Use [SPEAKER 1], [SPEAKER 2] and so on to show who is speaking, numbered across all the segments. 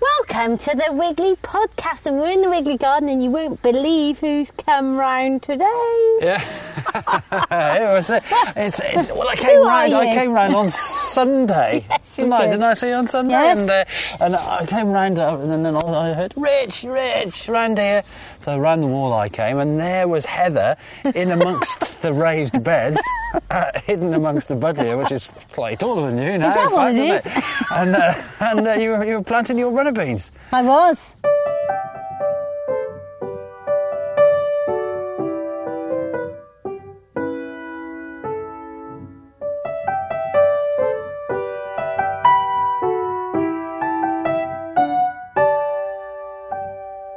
[SPEAKER 1] welcome to the Wiggly podcast, and we're in the Wiggly Garden, and you won't believe who's come round today.
[SPEAKER 2] Yeah. it was, uh, it's, it's, well, I came
[SPEAKER 1] Who are
[SPEAKER 2] round. I
[SPEAKER 1] you?
[SPEAKER 2] came round on Sunday.
[SPEAKER 1] Yes, you
[SPEAKER 2] didn't, I?
[SPEAKER 1] did.
[SPEAKER 2] didn't I see you on Sunday?
[SPEAKER 1] Yes.
[SPEAKER 2] And, uh, and I came round, uh, and then I heard Rich, Rich, round here. So round the wall I came, and there was Heather in amongst the raised beds, uh, hidden amongst the budlia, which is slightly taller than you now.
[SPEAKER 1] that
[SPEAKER 2] in
[SPEAKER 1] what
[SPEAKER 2] fact,
[SPEAKER 1] it
[SPEAKER 2] isn't
[SPEAKER 1] is?
[SPEAKER 2] And uh, and uh, you were- you were planting your runner beans.
[SPEAKER 1] I was.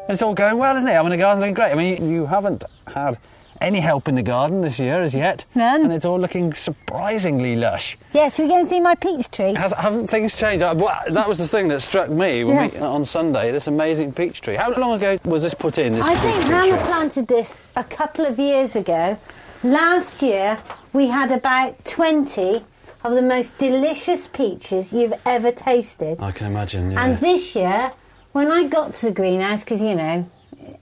[SPEAKER 2] It's all going well, isn't it? I mean, the garden's looking great. I mean, you, you haven't had any help in the garden this year as yet.
[SPEAKER 1] None.
[SPEAKER 2] And it's all looking surprisingly lush.
[SPEAKER 1] Yeah, should we go and see my peach tree?
[SPEAKER 2] Has, haven't things changed? Uh, well, That was the thing that struck me when we,
[SPEAKER 1] Yes.
[SPEAKER 2] on Sunday, this amazing peach tree. How long ago was this put in, this
[SPEAKER 1] I
[SPEAKER 2] peach
[SPEAKER 1] think
[SPEAKER 2] tree?
[SPEAKER 1] Hannah planted this a couple of years ago. Last year, we had about 20 of the most delicious peaches you've ever tasted.
[SPEAKER 2] I can imagine, yeah.
[SPEAKER 1] And this year, when I got to the greenhouse, because you know,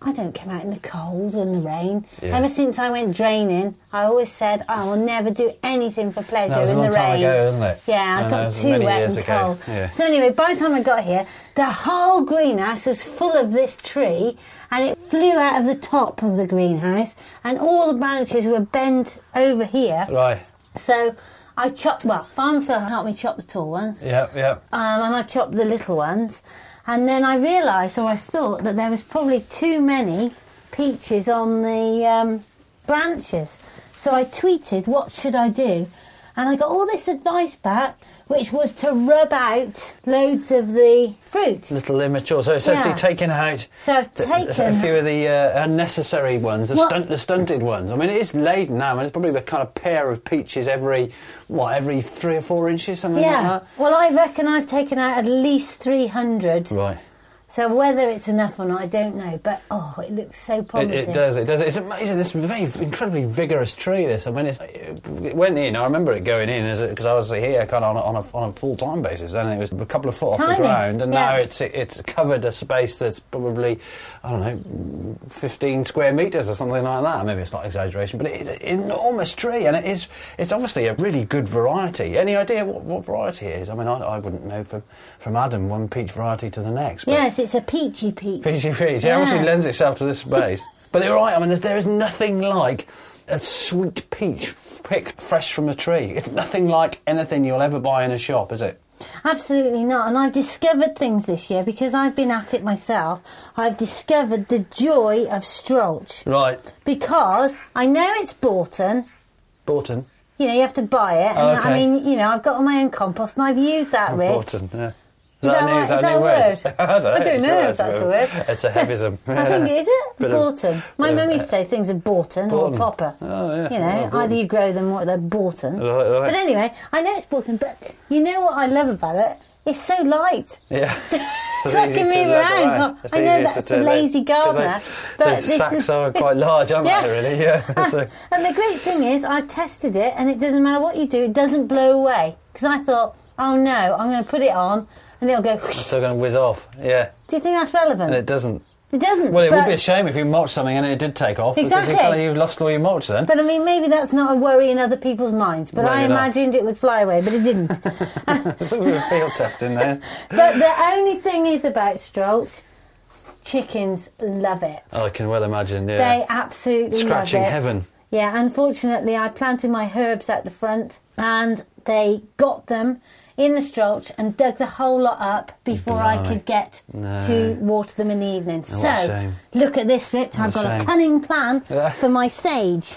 [SPEAKER 1] I don't come out in the cold and the rain.
[SPEAKER 2] Yeah.
[SPEAKER 1] Ever since I went draining, I always said I will never do anything for pleasure
[SPEAKER 2] That was a
[SPEAKER 1] in
[SPEAKER 2] long
[SPEAKER 1] the
[SPEAKER 2] time
[SPEAKER 1] rain.
[SPEAKER 2] ago, wasn't it?
[SPEAKER 1] Yeah, I
[SPEAKER 2] No, that
[SPEAKER 1] got
[SPEAKER 2] was
[SPEAKER 1] too
[SPEAKER 2] many
[SPEAKER 1] wet
[SPEAKER 2] years
[SPEAKER 1] and
[SPEAKER 2] ago,
[SPEAKER 1] cold.
[SPEAKER 2] yeah.
[SPEAKER 1] So anyway, by the time I got here, the whole greenhouse was full of this tree, and it flew out of the top of the greenhouse, and all the branches were bent over here.
[SPEAKER 2] Right,
[SPEAKER 1] So I chopped. Well, Farm Phil helped me chop the tall ones
[SPEAKER 2] yeah, yeah.
[SPEAKER 1] um, and I chopped the little ones. And then I realised, or I thought, that there was probably too many peaches on the um, branches. So I tweeted, "What should I do?" And I got all this advice back, which was to rub out loads of the fruit.
[SPEAKER 2] Little immature. So essentially
[SPEAKER 1] Yeah.
[SPEAKER 2] taking out
[SPEAKER 1] So I've
[SPEAKER 2] th- th- a
[SPEAKER 1] taken-
[SPEAKER 2] few of the uh, unnecessary ones, the,
[SPEAKER 1] Well-
[SPEAKER 2] stunt, the stunted ones. I mean, it is laden now, and it's probably a kind of pair of peaches every, what, every three or four inches, something
[SPEAKER 1] Yeah.
[SPEAKER 2] like
[SPEAKER 1] Well, I reckon I've taken out at least three hundred.
[SPEAKER 2] that. Right.
[SPEAKER 1] So whether it's enough or not, I don't know. But oh, it looks so
[SPEAKER 2] It,
[SPEAKER 1] promising.
[SPEAKER 2] it does. It does. It's amazing. This is a very incredibly vigorous tree. This. I mean, it's, it went in. I remember it going in because I was here kind of on a, on a, on a full time basis, and it was a couple of foot off
[SPEAKER 1] Tiny,
[SPEAKER 2] the ground, and now
[SPEAKER 1] yeah.
[SPEAKER 2] it's it's covered a space that's probably I don't know, fifteen square meters or something like that. Maybe it's not exaggeration, but it is an enormous tree, and it is it's obviously a really good variety. Any idea what, what variety it is? I mean, I, I wouldn't know from from Adam one peach variety to the next. but-
[SPEAKER 1] Yes, it's a peachy peach.
[SPEAKER 2] Peachy peach. It obviously
[SPEAKER 1] Yeah.
[SPEAKER 2] lends itself to this space. but you're right. I mean, there's, there is nothing like a sweet peach picked fresh from a tree. It's nothing like anything you'll ever buy in a shop, is it?
[SPEAKER 1] Absolutely not. And I've discovered things this year because I've been at it myself. I've discovered the joy of Strolch
[SPEAKER 2] Right.
[SPEAKER 1] because I know it's Borton.
[SPEAKER 2] Borton.
[SPEAKER 1] You know, you have to buy it. And
[SPEAKER 2] Oh, okay.
[SPEAKER 1] I mean, you know, I've got all my own compost and I've used that, Rich.
[SPEAKER 2] Borton. Yeah. Is
[SPEAKER 1] that right? Is that a word? I don't
[SPEAKER 2] it's
[SPEAKER 1] know
[SPEAKER 2] a
[SPEAKER 1] if that's a word.
[SPEAKER 2] It's a heavism.
[SPEAKER 1] I think it is it
[SPEAKER 2] Bit of-
[SPEAKER 1] Borton. my
[SPEAKER 2] bit of-
[SPEAKER 1] mum used to say things are Borton,
[SPEAKER 2] Borton.
[SPEAKER 1] or popper.
[SPEAKER 2] Oh, yeah.
[SPEAKER 1] You
[SPEAKER 2] Yeah,
[SPEAKER 1] know,
[SPEAKER 2] Borton.
[SPEAKER 1] either you grow them or they're Borton.
[SPEAKER 2] Right, right.
[SPEAKER 1] But anyway, I know it's Borton, but you know what I love about it? It's so light.
[SPEAKER 2] Yeah.
[SPEAKER 1] So I can move around. I know that's a lazy gardener, but
[SPEAKER 2] The
[SPEAKER 1] this
[SPEAKER 2] sacks
[SPEAKER 1] is-
[SPEAKER 2] are quite large, aren't
[SPEAKER 1] Yeah.
[SPEAKER 2] they? Really, yeah. So-
[SPEAKER 1] and the great thing is, I've tested it, and it doesn't matter what you do, it doesn't blow away. Because I thought, oh no, I'm going to put it on, and it'll go.
[SPEAKER 2] so going to whiz off. Yeah,
[SPEAKER 1] Do you think that's relevant?
[SPEAKER 2] and
[SPEAKER 1] It,
[SPEAKER 2] it doesn't.
[SPEAKER 1] doesn't.
[SPEAKER 2] Well, it
[SPEAKER 1] but,
[SPEAKER 2] would be a shame if you mulched something and it did take off because you
[SPEAKER 1] Exactly.
[SPEAKER 2] kind of, you've lost all your mulch then.
[SPEAKER 1] But I mean, maybe that's not a worry in other people's minds. But
[SPEAKER 2] Maybe
[SPEAKER 1] I
[SPEAKER 2] not.
[SPEAKER 1] imagined it would fly away, but it didn't.
[SPEAKER 2] It's a bit of field testing there.
[SPEAKER 1] but the only thing is about Strolch, chickens love it.
[SPEAKER 2] Oh, I can well imagine.
[SPEAKER 1] They
[SPEAKER 2] Yeah,
[SPEAKER 1] absolutely
[SPEAKER 2] scratching
[SPEAKER 1] love it.
[SPEAKER 2] heaven.
[SPEAKER 1] Yeah, unfortunately, I planted my herbs at the front and they got them in the strolch and dug the whole lot up before I
[SPEAKER 2] Blimey.
[SPEAKER 1] could get
[SPEAKER 2] No.
[SPEAKER 1] to water them in the evening.
[SPEAKER 2] Oh, what a
[SPEAKER 1] so,
[SPEAKER 2] shame.
[SPEAKER 1] look at this, Rich. I've
[SPEAKER 2] a
[SPEAKER 1] got
[SPEAKER 2] shame.
[SPEAKER 1] a cunning plan
[SPEAKER 2] Yeah.
[SPEAKER 1] for my sage.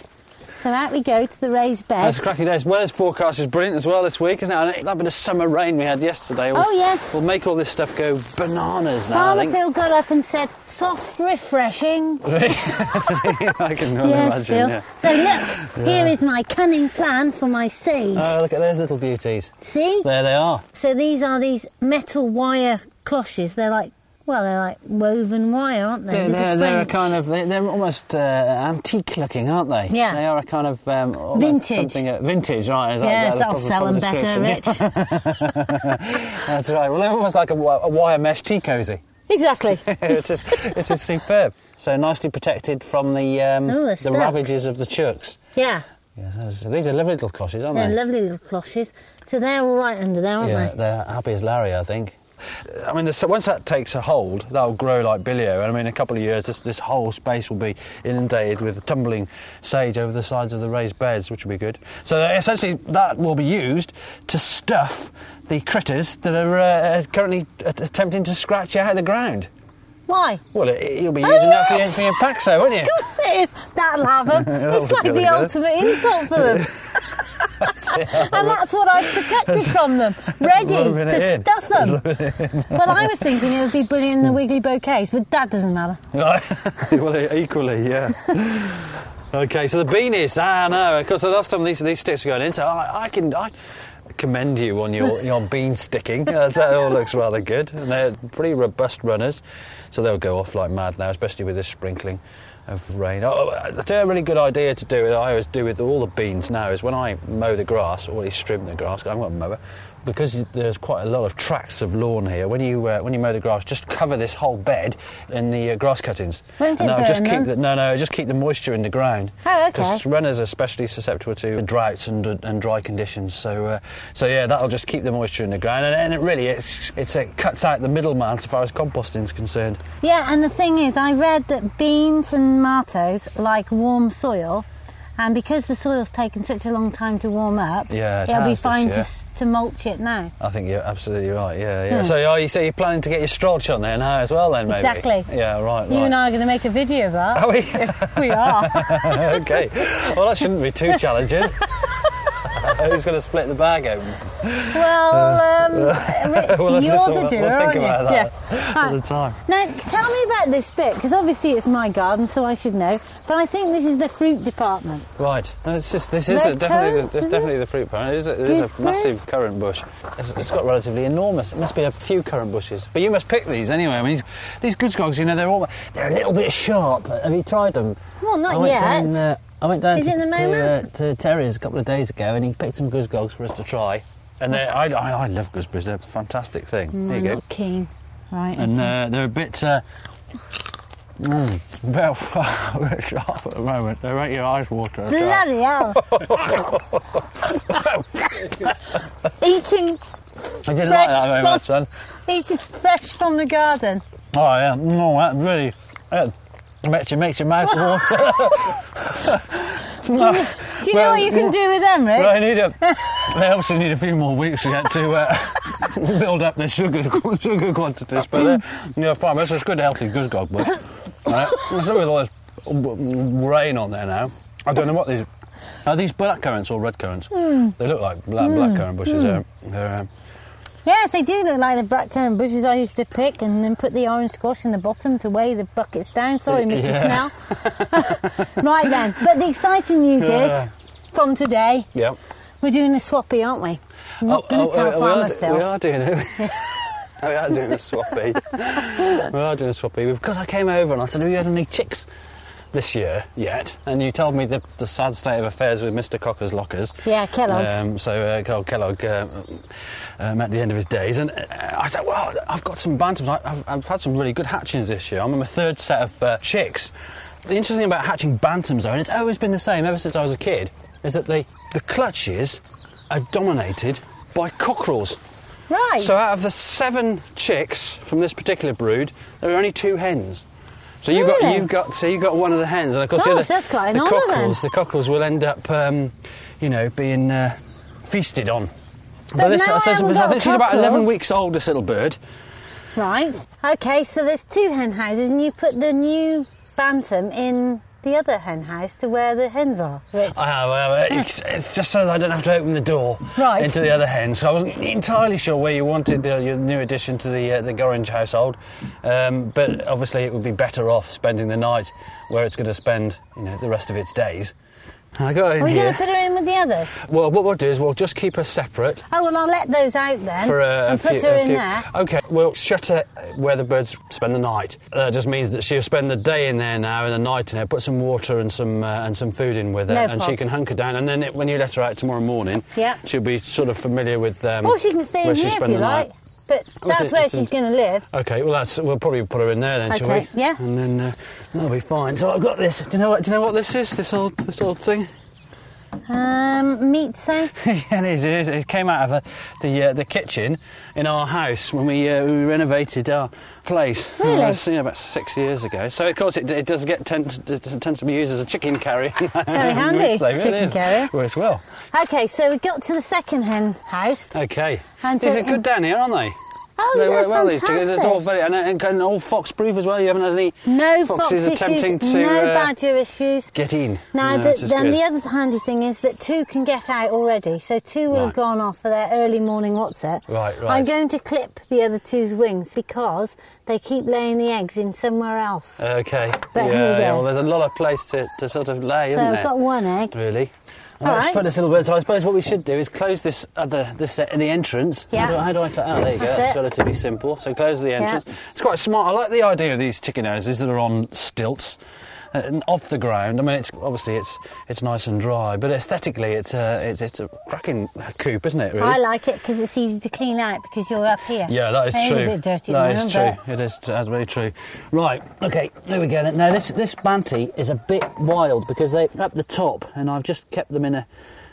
[SPEAKER 1] So, out we go to the raised bed.
[SPEAKER 2] That's cracking days. Weather's forecast is brilliant as well this week, isn't it? And that bit of summer rain we had yesterday. Will,
[SPEAKER 1] Oh, yes.
[SPEAKER 2] Will make all this stuff go bananas now. I
[SPEAKER 1] Farmer
[SPEAKER 2] think.
[SPEAKER 1] Phil got up and said, soft, refreshing.
[SPEAKER 2] I can well
[SPEAKER 1] yes,
[SPEAKER 2] imagine.
[SPEAKER 1] Phil.
[SPEAKER 2] Yeah.
[SPEAKER 1] So, look, here is my cunning plan for my sage.
[SPEAKER 2] Oh, look at those little beauties.
[SPEAKER 1] See?
[SPEAKER 2] There they are.
[SPEAKER 1] So these are these metal wire cloches. They're like, well, they're like woven wire, aren't they?
[SPEAKER 2] They're,
[SPEAKER 1] Little
[SPEAKER 2] they're, they're a
[SPEAKER 1] French.
[SPEAKER 2] kind of they're, they're almost uh, antique looking, aren't they?
[SPEAKER 1] Yeah.
[SPEAKER 2] They are a kind of um, almost
[SPEAKER 1] Vintage.
[SPEAKER 2] Something uh, vintage, right? Is that,
[SPEAKER 1] Yeah,
[SPEAKER 2] that's
[SPEAKER 1] that'll
[SPEAKER 2] probably-
[SPEAKER 1] sell them
[SPEAKER 2] probably
[SPEAKER 1] better,
[SPEAKER 2] description.
[SPEAKER 1] Rich.
[SPEAKER 2] That's right. Well, they're almost like a, wi- a wire mesh tea cosy.
[SPEAKER 1] Exactly.
[SPEAKER 2] which is which is superb. So nicely protected from the um,
[SPEAKER 1] Ooh,
[SPEAKER 2] the
[SPEAKER 1] they're stuck.
[SPEAKER 2] ravages of the chooks.
[SPEAKER 1] Yeah.
[SPEAKER 2] Yes, that's- these are lovely little closhes, aren't
[SPEAKER 1] They're
[SPEAKER 2] they?
[SPEAKER 1] lovely little cloches. So they're all right under there, aren't
[SPEAKER 2] yeah,
[SPEAKER 1] they?
[SPEAKER 2] they're happy as Larry, I think. I mean, there's- once that takes a hold, that'll grow like bilio. And I mean, in a couple of years, this, this whole space will be inundated with tumbling sage over the sides of the raised beds, which will be good. So essentially, that will be used to stuff the critters that are uh, currently a- attempting to scratch out the ground.
[SPEAKER 1] Why?
[SPEAKER 2] Well, it, you'll be using that for your,
[SPEAKER 1] yes!
[SPEAKER 2] for your paxo, won't you?
[SPEAKER 1] Of course it is. That'll happen.
[SPEAKER 2] That'll
[SPEAKER 1] it's like
[SPEAKER 2] be
[SPEAKER 1] the
[SPEAKER 2] good.
[SPEAKER 1] ultimate insult for them. and that's what I've protected from them, ready
[SPEAKER 2] Rubbing it
[SPEAKER 1] to
[SPEAKER 2] in.
[SPEAKER 1] stuff them. well, I was thinking it would be brilliant
[SPEAKER 2] Hmm.
[SPEAKER 1] in the wiggly bouquets, but that doesn't matter.
[SPEAKER 2] Right. well, e- equally, yeah. okay, so the beanies. Ah, no, because the last time these these sticks were going in, so I, I can I commend you on your, your bean sticking. Uh, that all looks rather good, and they're pretty robust runners, so they'll go off like mad now, especially with this sprinkling of rain. Oh, I tell you a really good idea to do. that I always do with all the beans now is when I mow the grass or at least trim the grass. I haven't got a mower. Because you- there's quite a lot of tracts of lawn here. When you uh, when you mow the grass, just cover this whole bed in the uh, grass cuttings,
[SPEAKER 1] Won't
[SPEAKER 2] and
[SPEAKER 1] it
[SPEAKER 2] that'll just
[SPEAKER 1] burn
[SPEAKER 2] keep
[SPEAKER 1] them?
[SPEAKER 2] the, no no just keep the moisture in the ground.
[SPEAKER 1] Oh, okay.
[SPEAKER 2] 'Cause runners are especially susceptible to droughts and, and dry conditions. So, uh, so yeah, that'll just keep the moisture in the ground, and, and it really it's, it's, it cuts out the middleman so far as composting is concerned.
[SPEAKER 1] Yeah, and the thing is, I read that beans and tomatoes like warm soil, and because the soil's taken such a long time to warm up,
[SPEAKER 2] Yeah, it
[SPEAKER 1] will be
[SPEAKER 2] has this
[SPEAKER 1] fine
[SPEAKER 2] year.
[SPEAKER 1] to, s- to mulch it now.
[SPEAKER 2] I think you're absolutely right. Yeah, yeah.
[SPEAKER 1] Hmm.
[SPEAKER 2] So, are you so you're planning to get your strolch on there now as well, then maybe?
[SPEAKER 1] Exactly.
[SPEAKER 2] Yeah, right.
[SPEAKER 1] You
[SPEAKER 2] right.
[SPEAKER 1] and I are going to make a video of that.
[SPEAKER 2] Are we?
[SPEAKER 1] we are.
[SPEAKER 2] okay. Well, that shouldn't be too challenging. Who's going to split the bag open?
[SPEAKER 1] Well, um, Rich,
[SPEAKER 2] Uh, Well, that's
[SPEAKER 1] you're
[SPEAKER 2] just
[SPEAKER 1] the
[SPEAKER 2] all- we'll
[SPEAKER 1] doer,
[SPEAKER 2] think
[SPEAKER 1] aren't you?
[SPEAKER 2] about that
[SPEAKER 1] Right.
[SPEAKER 2] time.
[SPEAKER 1] Now, tell me about this bit, because obviously it's my garden, so I should know. But I think this is the fruit department.
[SPEAKER 2] Right. No, it's just, this is
[SPEAKER 1] They're
[SPEAKER 2] a, definitely,
[SPEAKER 1] currants,
[SPEAKER 2] the, it's
[SPEAKER 1] is
[SPEAKER 2] definitely the fruit plant. It is a, it is
[SPEAKER 1] These
[SPEAKER 2] a
[SPEAKER 1] fruit?
[SPEAKER 2] massive currant bush. It's, it's got relatively enormous. It must be a few currant bushes. But you must pick these anyway. I mean, these, these goosegogs, you know, they're all they're a little bit sharp. Have you tried them?
[SPEAKER 1] Well, not
[SPEAKER 2] I went
[SPEAKER 1] yet.
[SPEAKER 2] Down, uh, I went down
[SPEAKER 1] Is
[SPEAKER 2] to,
[SPEAKER 1] it the
[SPEAKER 2] to, uh,
[SPEAKER 1] moment?
[SPEAKER 2] to Terry's a couple of days ago, and he picked some goosegogs for us to try. And they're- I, I, I love gooseberries. They're a fantastic thing. there you
[SPEAKER 1] I'm
[SPEAKER 2] go.
[SPEAKER 1] not keen. Right.
[SPEAKER 2] and uh, they're a bit. Uh, mm, well, a bit sharp at the moment. They make your eyes water.
[SPEAKER 1] okay. Bloody hell. eating,
[SPEAKER 2] I didn't like that very
[SPEAKER 1] fresh
[SPEAKER 2] much, son.
[SPEAKER 1] eating fresh from the garden.
[SPEAKER 2] Oh yeah, no, that really. Yeah. I bet you makes your mouth water.
[SPEAKER 1] Do you
[SPEAKER 2] Well,
[SPEAKER 1] know what you can do with them, Rich?
[SPEAKER 2] But I need a. They obviously need a few more weeks yet to uh, build up their sugar sugar quantities, but uh, they're, you know, fine. That's just good, healthy goosegob bush. Right? What's up with all this rain on there now? I don't know what these are. These black currants or red currants? They look like black, black currant bushes. uh, they're, um,
[SPEAKER 1] Yes, they do look like the blackcurrant bushes I used to pick and then put the orange squash in the bottom to weigh the buckets down. Sorry, Mr.
[SPEAKER 2] Yeah.
[SPEAKER 1] Snell. right then, but the exciting news
[SPEAKER 2] Yeah.
[SPEAKER 1] is from today,
[SPEAKER 2] yeah.
[SPEAKER 1] we're doing a swappy, aren't we? I'm not going to tell
[SPEAKER 2] Oh, we,
[SPEAKER 1] Farmer
[SPEAKER 2] are, do-
[SPEAKER 1] Phil.
[SPEAKER 2] we are doing it. we are doing a swappy. we are doing a swappy because I came over and I said, "Have you had any chicks this year yet?" And you told me the, the sad state of affairs with Mr. Cocker's lockers.
[SPEAKER 1] Yeah, Kellogg's.
[SPEAKER 2] Um, so uh, Carl Kellogg um, um, at the end of his days, and uh, I said, "Well, I've got some bantams. I- I've, I've had some really good hatchings this year. I'm on my third set of uh, chicks." The interesting thing about hatching bantams, though, and it's always been the same ever since I was a kid, is that the the clutches are dominated by cockerels.
[SPEAKER 1] Right.
[SPEAKER 2] So out of the seven chicks from this particular brood, there are only two hens. So you have got
[SPEAKER 1] Really?
[SPEAKER 2] you've got so you got one of the hens, and of course the,
[SPEAKER 1] Gosh,
[SPEAKER 2] other-
[SPEAKER 1] that's quite an
[SPEAKER 2] the
[SPEAKER 1] honour then.
[SPEAKER 2] cockerels. The cockerels will end up, um, you know, being uh, feasted on.
[SPEAKER 1] But now I haven't
[SPEAKER 2] I
[SPEAKER 1] got
[SPEAKER 2] think
[SPEAKER 1] a
[SPEAKER 2] she's about
[SPEAKER 1] cockerel.
[SPEAKER 2] eleven weeks old. This little bird.
[SPEAKER 1] right. Okay, so there's two hen houses, and you put the new bantam in the other hen house to where the hens are, Rich.
[SPEAKER 2] I have, I have. Ah, It's, it's just so that I don't have to open the door
[SPEAKER 1] Right.
[SPEAKER 2] into the other hen. So I wasn't entirely sure where you wanted uh, your new addition to the uh, the Gorringe household, um, but obviously it would be better off spending the night where it's going to spend you know the rest of its days. I got in
[SPEAKER 1] Are we
[SPEAKER 2] here.
[SPEAKER 1] going to put her in with the others?
[SPEAKER 2] Well, what we'll do is we'll just keep her separate
[SPEAKER 1] Oh, well, I'll let those out then
[SPEAKER 2] for a, a
[SPEAKER 1] and put
[SPEAKER 2] few.
[SPEAKER 1] her
[SPEAKER 2] a
[SPEAKER 1] in
[SPEAKER 2] few- um,
[SPEAKER 1] there.
[SPEAKER 2] Okay, we'll shut her where the birds spend the night. That just means that she'll spend the day in there now and the night in there. Put some water and some uh, and some food in with her,
[SPEAKER 1] No
[SPEAKER 2] and she
[SPEAKER 1] probs.
[SPEAKER 2] can hunker down. And then it, when you let her out tomorrow morning,
[SPEAKER 1] Yeah.
[SPEAKER 2] she'll be sort of familiar with. Um,
[SPEAKER 1] Or she can stay
[SPEAKER 2] where
[SPEAKER 1] in
[SPEAKER 2] she
[SPEAKER 1] here if
[SPEAKER 2] spent
[SPEAKER 1] you
[SPEAKER 2] the night.
[SPEAKER 1] like. but
[SPEAKER 2] Was
[SPEAKER 1] that's
[SPEAKER 2] it-
[SPEAKER 1] where
[SPEAKER 2] it's
[SPEAKER 1] she's
[SPEAKER 2] a-
[SPEAKER 1] going to live.
[SPEAKER 2] Okay, well that's we'll probably put her in there then, shall we?
[SPEAKER 1] Okay, yeah.
[SPEAKER 2] And then uh, that'll be fine. So I've got this. Do you know what? Do you know what this is? This old this old thing.
[SPEAKER 1] Um, meat safe.
[SPEAKER 2] yeah, it is. It is. It came out of uh, the uh, the kitchen in our house when we uh, we renovated our place.
[SPEAKER 1] Really?
[SPEAKER 2] Uh, so, yeah, about six years ago. So of course it, it does get tend to, it tends to be used as a chicken carrier. Very
[SPEAKER 1] handy, chicken carrier.
[SPEAKER 2] Works well.
[SPEAKER 1] Okay, so we got to the second hen house.
[SPEAKER 2] Okay.
[SPEAKER 1] And
[SPEAKER 2] These
[SPEAKER 1] so
[SPEAKER 2] are good
[SPEAKER 1] in-
[SPEAKER 2] down here, aren't they?
[SPEAKER 1] Oh,
[SPEAKER 2] they
[SPEAKER 1] they're
[SPEAKER 2] work well. These chickens. It's all
[SPEAKER 1] fantastic.
[SPEAKER 2] very and, and, and all fox proof as well. You haven't had any
[SPEAKER 1] No fox,
[SPEAKER 2] foxes
[SPEAKER 1] issues,
[SPEAKER 2] attempting to
[SPEAKER 1] no
[SPEAKER 2] uh,
[SPEAKER 1] badger issues.
[SPEAKER 2] get in.
[SPEAKER 1] Now,
[SPEAKER 2] No,
[SPEAKER 1] the,
[SPEAKER 2] this is
[SPEAKER 1] then
[SPEAKER 2] good.
[SPEAKER 1] the other handy thing is that two can get out already, so two will
[SPEAKER 2] Right.
[SPEAKER 1] have gone off for their early morning what's it.
[SPEAKER 2] Right,
[SPEAKER 1] I'm
[SPEAKER 2] right.
[SPEAKER 1] going to clip the other two's wings because they keep laying the eggs in somewhere else.
[SPEAKER 2] Okay.
[SPEAKER 1] But
[SPEAKER 2] yeah,
[SPEAKER 1] here we
[SPEAKER 2] yeah.
[SPEAKER 1] go.
[SPEAKER 2] Well, there's a lot of place to, to sort of lay,
[SPEAKER 1] so
[SPEAKER 2] isn't
[SPEAKER 1] I've
[SPEAKER 2] there?
[SPEAKER 1] got one egg.
[SPEAKER 2] Really. And
[SPEAKER 1] All
[SPEAKER 2] let's
[SPEAKER 1] right.
[SPEAKER 2] put this little bit. So I suppose what we should do is close this other this uh, the entrance.
[SPEAKER 1] Yeah.
[SPEAKER 2] How do, I- how do I? cl- Oh, there you go.
[SPEAKER 1] That's
[SPEAKER 2] That's
[SPEAKER 1] it.
[SPEAKER 2] relatively simple. So close the entrance.
[SPEAKER 1] Yeah.
[SPEAKER 2] It's quite smart. I like the idea of these chicken houses that are on stilts. uh, And off the ground, I mean, it's obviously it's it's nice and dry, but aesthetically, it's a it's, it's a cracking coop, isn't it? Really,
[SPEAKER 1] I like it because it's easy to clean out because you're up here.
[SPEAKER 2] Yeah, that is
[SPEAKER 1] It
[SPEAKER 2] true.
[SPEAKER 1] a bit dirty.
[SPEAKER 2] That
[SPEAKER 1] at the
[SPEAKER 2] is
[SPEAKER 1] moment,
[SPEAKER 2] true. It is that's very true. Right. Okay. There we go. Then. Now this this banty is a bit wild because they are up the top, and I've just kept them in a,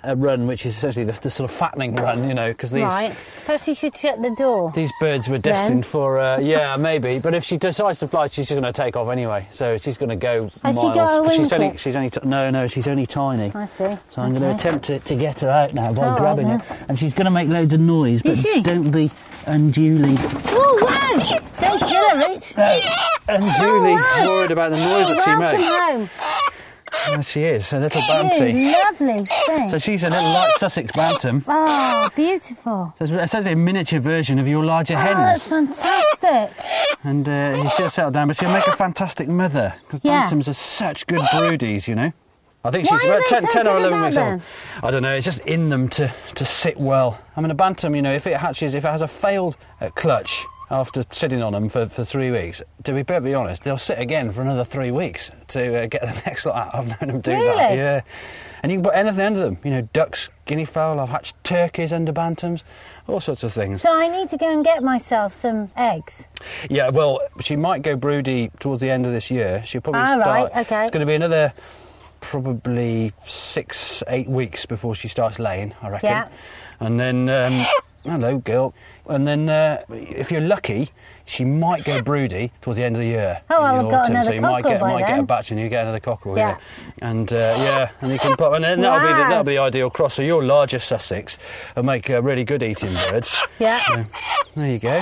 [SPEAKER 2] a run, which is essentially the, the sort of fattening run, you know, because
[SPEAKER 1] but-
[SPEAKER 2] these.
[SPEAKER 1] Right. Perhaps you should shut the door.
[SPEAKER 2] These birds were destined for, uh, yeah, maybe. But if she decides to fly, she's just going to take off anyway. So she's going to go
[SPEAKER 1] Has she
[SPEAKER 2] miles.
[SPEAKER 1] got her
[SPEAKER 2] But she's
[SPEAKER 1] wings
[SPEAKER 2] only,
[SPEAKER 1] clipped?
[SPEAKER 2] she's only, t- no, no, she's only tiny.
[SPEAKER 1] I see.
[SPEAKER 2] So I'm going to
[SPEAKER 1] Okay.
[SPEAKER 2] attempt to, to get her out now by
[SPEAKER 1] All right,
[SPEAKER 2] grabbing
[SPEAKER 1] then.
[SPEAKER 2] her, and she's going to make loads of noise. But
[SPEAKER 1] Is she?
[SPEAKER 2] don't be unduly
[SPEAKER 1] Oh, wow! Don't kill her, Rich.
[SPEAKER 2] And Julie
[SPEAKER 1] wow.
[SPEAKER 2] worried about Uh, the noise that she
[SPEAKER 1] Welcome
[SPEAKER 2] makes.
[SPEAKER 1] home.
[SPEAKER 2] And she is, a little
[SPEAKER 1] You
[SPEAKER 2] banty.
[SPEAKER 1] lovely
[SPEAKER 2] So
[SPEAKER 1] thing.
[SPEAKER 2] she's a little light Sussex bantam.
[SPEAKER 1] Oh, beautiful.
[SPEAKER 2] So it's essentially a miniature version of your larger
[SPEAKER 1] Oh, that's
[SPEAKER 2] hens.
[SPEAKER 1] fantastic.
[SPEAKER 2] And uh, she'll settle down, but she'll make a fantastic mother. Because
[SPEAKER 1] Yeah.
[SPEAKER 2] bantams are such good broodies, you know. I think
[SPEAKER 1] Why
[SPEAKER 2] she's
[SPEAKER 1] are
[SPEAKER 2] about
[SPEAKER 1] they
[SPEAKER 2] 10,
[SPEAKER 1] so
[SPEAKER 2] 10 or
[SPEAKER 1] good
[SPEAKER 2] 11
[SPEAKER 1] about
[SPEAKER 2] weeks old.
[SPEAKER 1] them?
[SPEAKER 2] I don't know, it's just in them to, to sit well. I mean, a bantam, you know, if it hatches, if it has a failed uh, clutch after sitting on them for, for three weeks, to be perfectly honest, they'll sit again for another three weeks to uh, get the next lot out. I've known them do that.
[SPEAKER 1] Really?
[SPEAKER 2] Yeah. And you can put anything under them, you know, ducks, guinea fowl, I've hatched turkeys under bantams, all sorts of things.
[SPEAKER 1] So I need to go and get myself some eggs.
[SPEAKER 2] Yeah, well, she might go broody towards the end of this year. She'll probably
[SPEAKER 1] Ah,
[SPEAKER 2] start.
[SPEAKER 1] right, okay.
[SPEAKER 2] It's going to be another probably six, eight weeks before she starts laying, I reckon.
[SPEAKER 1] Yeah.
[SPEAKER 2] And then, um, hello, girl. And then, uh, if you're lucky, she might go broody towards the end of the year.
[SPEAKER 1] Oh,
[SPEAKER 2] in
[SPEAKER 1] I'll
[SPEAKER 2] the
[SPEAKER 1] have got
[SPEAKER 2] autumn.
[SPEAKER 1] another
[SPEAKER 2] So you might
[SPEAKER 1] cockerel
[SPEAKER 2] get,
[SPEAKER 1] by
[SPEAKER 2] might get a
[SPEAKER 1] then.
[SPEAKER 2] batch, and you get another cockerel.
[SPEAKER 1] Yeah.
[SPEAKER 2] And uh, yeah, and you can put, and then that'll be the,
[SPEAKER 1] Wow.
[SPEAKER 2] that'll be the ideal cross. So your larger Sussex will make a really good eating bird.
[SPEAKER 1] Yeah.
[SPEAKER 2] There you go.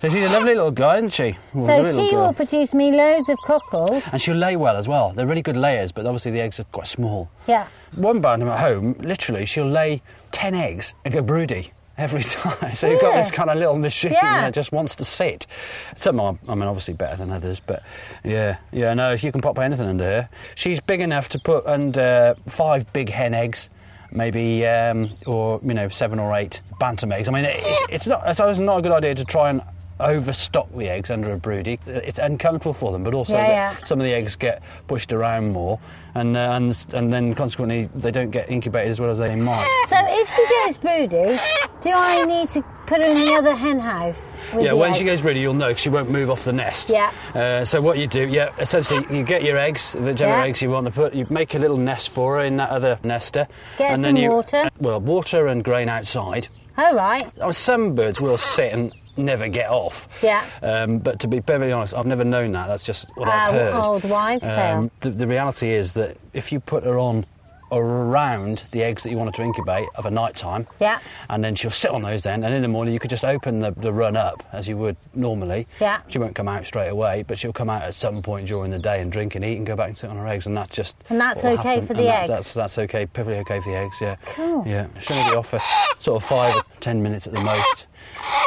[SPEAKER 2] So she's a lovely little guy, isn't she? Well,
[SPEAKER 1] So
[SPEAKER 2] lovely little
[SPEAKER 1] she
[SPEAKER 2] girl.
[SPEAKER 1] will produce me loads of cockles.
[SPEAKER 2] And she'll lay well as well. They're really good layers, but obviously the eggs are quite small.
[SPEAKER 1] Yeah.
[SPEAKER 2] One bantam at home, literally, she'll lay 10 eggs and go broody every time. so you've got
[SPEAKER 1] Yeah.
[SPEAKER 2] this kind of little machine
[SPEAKER 1] Yeah.
[SPEAKER 2] that just wants to sit. Some are, I mean, obviously better than others, but yeah, yeah, no, you can pop anything under her. She's big enough to put under five big hen eggs. Maybe, um, or you know, seven or eight bantam eggs. I mean, it's, it's not. It's always not a good idea to try and overstock the eggs under a broody. It's uncomfortable for them, but also
[SPEAKER 1] Yeah,
[SPEAKER 2] that
[SPEAKER 1] yeah.
[SPEAKER 2] some of the eggs get pushed around more, and uh, and and then consequently they don't get incubated as well as they might.
[SPEAKER 1] So if she goes broody, do I need to put her in the other hen house? With
[SPEAKER 2] Yeah,
[SPEAKER 1] the
[SPEAKER 2] when she
[SPEAKER 1] eggs?
[SPEAKER 2] goes ready, you'll know 'cause she won't move off the nest.
[SPEAKER 1] Yeah.
[SPEAKER 2] Uh, so what you do, yeah, essentially you get your eggs, whichever
[SPEAKER 1] Yeah.
[SPEAKER 2] eggs you want to put. You make a little nest for her in that other nester.
[SPEAKER 1] Get
[SPEAKER 2] and then
[SPEAKER 1] some
[SPEAKER 2] you,
[SPEAKER 1] water.
[SPEAKER 2] well, water and grain outside.
[SPEAKER 1] All right.
[SPEAKER 2] Oh, some birds will sit and never get off.
[SPEAKER 1] Yeah.
[SPEAKER 2] Um, but to be perfectly honest, I've never known that. That's just what
[SPEAKER 1] Ah,
[SPEAKER 2] I've heard. Um,
[SPEAKER 1] old wives' tale.
[SPEAKER 2] the, the reality is that if you put her on around the eggs that you wanted to incubate of a night time,
[SPEAKER 1] Yeah.
[SPEAKER 2] and then she'll sit on those then, and in the morning you could just open the, the run up as you would normally.
[SPEAKER 1] Yeah.
[SPEAKER 2] She won't come out straight away, but she'll come out at some point during the day and drink and eat and go back and sit on her eggs, and that's just.
[SPEAKER 1] And that's
[SPEAKER 2] what will
[SPEAKER 1] okay
[SPEAKER 2] happen.
[SPEAKER 1] for
[SPEAKER 2] And
[SPEAKER 1] the
[SPEAKER 2] that-
[SPEAKER 1] eggs?
[SPEAKER 2] That's, that's okay, perfectly okay for the eggs, yeah.
[SPEAKER 1] Cool.
[SPEAKER 2] Yeah, she'll only be off for sort of five or ten minutes at the most.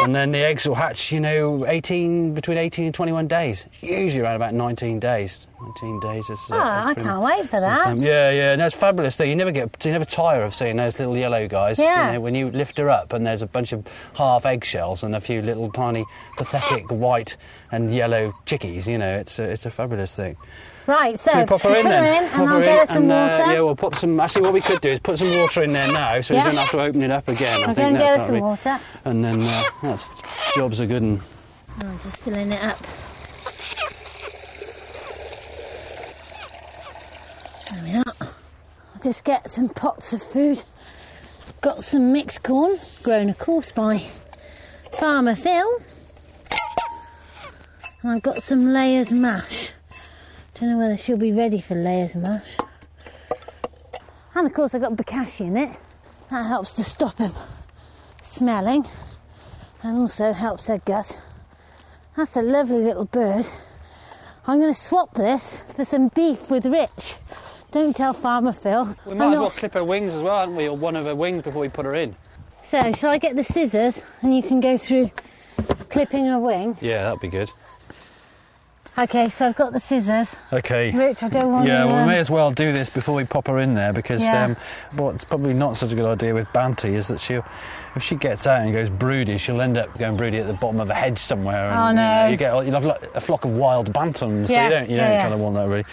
[SPEAKER 2] And then the eggs will hatch, you know, 18, between 18 and 21 days, usually around about 19 days. 19 days is.
[SPEAKER 1] Oh, I can't wait for that.
[SPEAKER 2] Yeah, yeah, no, it's a fabulous thing. You never get, you never tire of seeing those little yellow guys. you
[SPEAKER 1] Yeah.
[SPEAKER 2] know, when you lift her up and there's a bunch of half eggshells and a few little tiny pathetic white and yellow chickies. You know, it's a, it's a fabulous thing.
[SPEAKER 1] Right, so
[SPEAKER 2] Can we pop her in
[SPEAKER 1] put
[SPEAKER 2] then?
[SPEAKER 1] and
[SPEAKER 2] Pop
[SPEAKER 1] I'll
[SPEAKER 2] her
[SPEAKER 1] get
[SPEAKER 2] in
[SPEAKER 1] her some
[SPEAKER 2] and, uh,
[SPEAKER 1] water.
[SPEAKER 2] yeah, we'll put some. Actually, what we could do is put some water in there now, so
[SPEAKER 1] Yeah.
[SPEAKER 2] we don't have to open it up again. I
[SPEAKER 1] I'll
[SPEAKER 2] think
[SPEAKER 1] go and
[SPEAKER 2] that's
[SPEAKER 1] get her
[SPEAKER 2] what
[SPEAKER 1] some
[SPEAKER 2] we-
[SPEAKER 1] water.
[SPEAKER 2] And then uh, that's jobs are good. And
[SPEAKER 1] Oh, I'm just filling it up. There we are. I'll just get some pots of food. Got some mixed corn, grown of course by Farmer Phil. And I've got some layers mash. Don't know whether she'll be ready for layers mash. And of course I've got bokashi in it. That helps to stop him smelling and also helps her gut. That's a lovely little bird. I'm going to swap this for some beef with Rich. Don't tell Farmer Phil.
[SPEAKER 2] we
[SPEAKER 1] I'm
[SPEAKER 2] might as
[SPEAKER 1] not-
[SPEAKER 2] well clip her wings as well, haven't we? Or one of her wings before we put her in.
[SPEAKER 1] So, shall I get the scissors and you can go through clipping her wing?
[SPEAKER 2] Yeah, that'd be good.
[SPEAKER 1] Okay, so I've got the scissors.
[SPEAKER 2] Okay.
[SPEAKER 1] Rich, I don't want
[SPEAKER 2] Yeah,
[SPEAKER 1] to.
[SPEAKER 2] well,
[SPEAKER 1] um,
[SPEAKER 2] we may as well do this before we pop her in there because
[SPEAKER 1] Yeah.
[SPEAKER 2] um, what's probably not such a good idea with Bounty is that she'll, if she gets out and goes broody, she'll end up going broody at the bottom of a hedge somewhere. And,
[SPEAKER 1] Oh,
[SPEAKER 2] you know,
[SPEAKER 1] no.
[SPEAKER 2] You, get you'll have like a flock of wild bantams, so
[SPEAKER 1] Yeah,
[SPEAKER 2] you don't you
[SPEAKER 1] yeah,
[SPEAKER 2] don't
[SPEAKER 1] yeah.
[SPEAKER 2] kind of want that really.